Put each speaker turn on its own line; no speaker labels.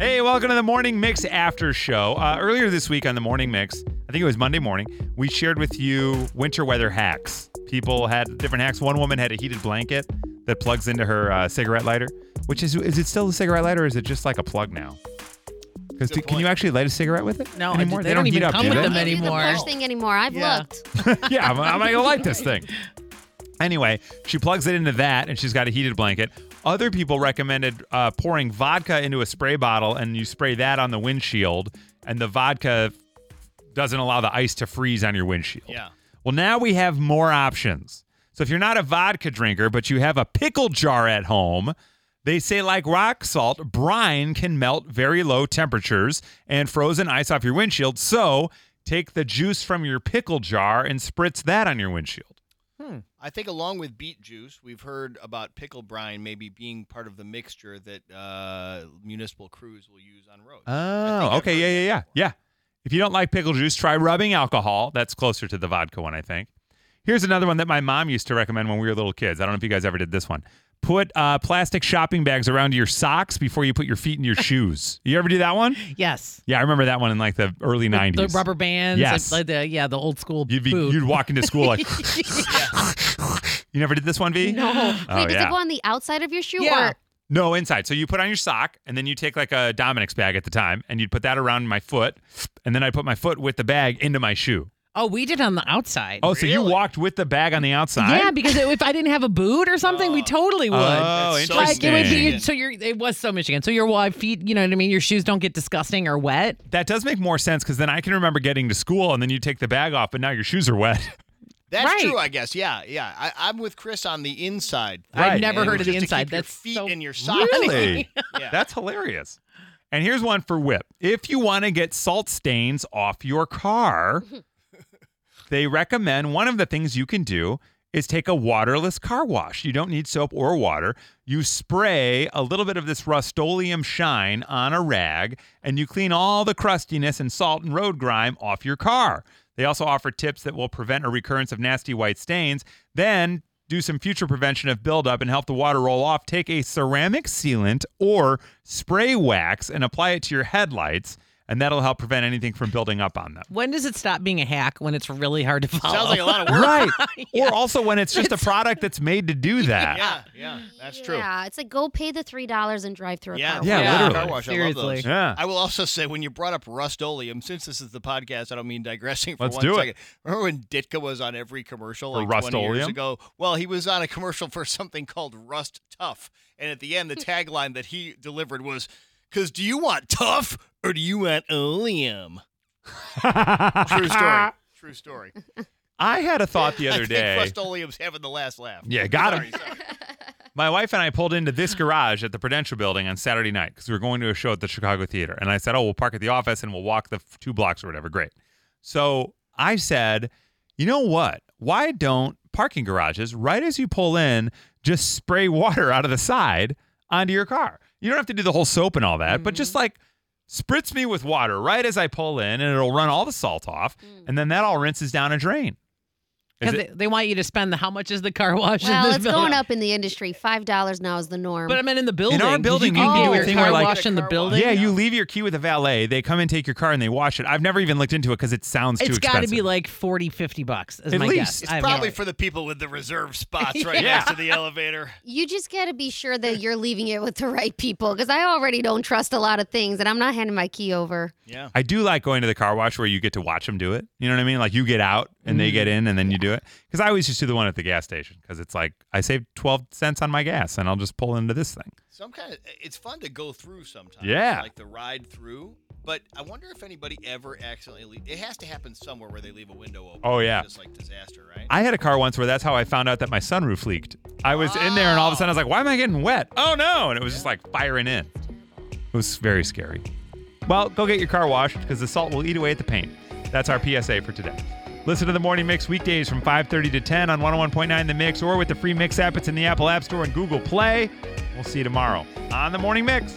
Hey, welcome to the Morning Mix After Show. Uh, earlier this week on the Morning Mix, I think it was Monday morning, we shared with you winter weather hacks. People had different hacks. One woman had a heated blanket that plugs into her uh, cigarette lighter, which is, is it still a cigarette lighter or is it just like a plug now? Because
Good
can you
point.
actually light a cigarette with it
No, I-
anymore?
they don't
heat
even
up,
come
do
with
they?
them
I don't do the
anymore.
plush thing anymore. I've
Yeah.
looked.
yeah, I'm, I'm not gonna like this thing. Anyway, she plugs it into that, and she's got a heated blanket. Other people recommended uh, pouring vodka into a spray bottle, and you spray that on the windshield, and the vodka doesn't allow the ice to freeze on your windshield.
Yeah.
Well, now we have more options. So if you're not a vodka drinker, but you have a pickle jar at home, they say like rock salt, brine can melt very low temperatures and frozen ice off your windshield. So take the juice from your pickle jar and spritz that on your windshield.
I think along with beet juice, we've heard about pickle brine maybe being part of the mixture that uh, municipal crews will use on roads.
Uh,
I think
Oh,
I've
okay,
heard
yeah, yeah,
that
yeah,
before.
yeah. If you don't like pickle juice, try rubbing alcohol. That's closer to the vodka one, I think. Here's another one that my mom used to recommend when we were little kids. I don't know if you guys ever did this one. Put uh, plastic shopping bags around your socks before you put your feet in your shoes. You ever do that one?
Yes.
Yeah, I remember that one in like the early
The-
'90s.
The rubber bands.
Yes.
Like the, yeah, the old school
You'd be
food.
you'd walk into school like. you never did this one, V?
no.
Oh,
Wait, does
yeah.
it go on the outside of your shoe?
Yeah.
Or,
No, inside. So you put on your sock, and then you take like a Dominic's bag at the time, and you'd put that around my foot, and then I put my foot with the bag into my shoe.
Oh, we did on the outside.
Oh, so you
Really?
walked with the bag on the outside?
yeah, because if I didn't have a boot or something, we
Oh.
totally would.
Oh,
That's so
like it would be
interesting.
Michigan.
so your it was so Michigan. So your well, feet, you know what I mean? Your shoes don't get disgusting or wet.
That does make more sense because then I can remember getting to school and then you take the bag off, but now your shoes are wet.
That's
Right.
true, I guess. Yeah, yeah. I, I'm with Chris on the inside.
I've
thing,
never
and
heard
just
of the
to keep
inside.
your
That's
feet
so-
in your socks.
Really?
Yeah.
That's hilarious. And here's one for Whip. If you want to get salt stains off your car, they recommend one of the things you can do is take a waterless car wash. You don't need soap or water. You spray a little bit of this Rust-Oleum shine on a rag and you clean all the crustiness and salt and road grime off your car. They also offer tips that will prevent a recurrence of nasty white stains, then do some future prevention of buildup and help the water roll off. Take a ceramic sealant or spray wax and apply it to your headlights, and that'll help prevent anything from building up on them.
When does it stop being a hack when it's really hard to follow?
Sounds like a lot of work.
Right. Or also when it's just a product that's made to do that.
Yeah, yeah. That's true.
Yeah, it's like go pay the three dollars and drive through a
Yeah,
car.
Yeah,
wash.
literally.
Car wash, I love
Seriously.
those.
Yeah.
I will also say when you brought up rust oleum, since this is the podcast, I don't mean digressing for
Let's
one
do
second.
it.
Remember when Ditka was on every commercial
For
like
Rust
20 years
Oleum?
ago? Well, he was on a commercial for something called Rust Tough, and at the end, the tagline that he delivered was, "Cause do you want tough or do you want oleum?" True story. True story.
I had a thought the
I
other
think
day.
Rust oleum's having the last laugh.
Yeah, got him.
Sorry, sorry.
My wife and I pulled into this garage at the Prudential Building on Saturday night because we were going to a show at the Chicago Theater. And I said, Oh, we'll park at the office and we'll walk the f- two blocks or whatever. Great. So I said, You know what? Why don't parking garages, right as you pull in, just spray water out of the side onto your car? You don't have to do the whole soap and all that, but just like spritz me with water right as I pull in and it'll run all the salt off. And then that all rinses down a drain. Is
'Cause
it-
they, they want you to spend the how much is the car wash? in
Well,
this
it's
building?
going up in the the industry. Five dollars now is the norm.
But I mean, in the building,
our building,
you
you
can
can
do
do a
your
thing
car
where, like-
wash in the
Car wash.
building.
Yeah, you leave your key with a valet. They come and take your car and they wash it. I've never even looked into it because it sounds too
It's got
expensive.
to be like 40, 50 bucks. Is
At
my
least.
guess.
It's
I have no
probably
idea.
for the people with the reserve spots right
Yeah.
next to the elevator.
you just got to be sure that you're leaving it with the right people because I already don't trust a lot of things, and I'm not handing my key over.
Yeah.
I do like going to the car wash where you get to watch them do it. You know what I mean? Like you get out and they
Mm-hmm.
get in and then you do it. Because I always just do the one at the gas station because it's like I saved 12 cents on my gas and I'll just pull into this thing.
Some kind of it's fun to go through sometimes.
Yeah.
Like the ride through. But I wonder if anybody ever accidentally leave. It has to happen somewhere where they leave a window open.
Oh, yeah.
Just like disaster, right?
I had a car once where that's how I found out that my sunroof leaked. I was in there and all of a sudden I was like, why am I getting wet? Oh no. And it was just like firing in. It was very scary. Well, go get your car washed because the salt will eat away at the paint. That's our PSA for today. Listen to the Morning Mix weekdays from 5:30 to 10 on 101.9 The Mix or with the free Mix app. It's in the Apple App Store and Google Play. We'll see you tomorrow on the Morning Mix.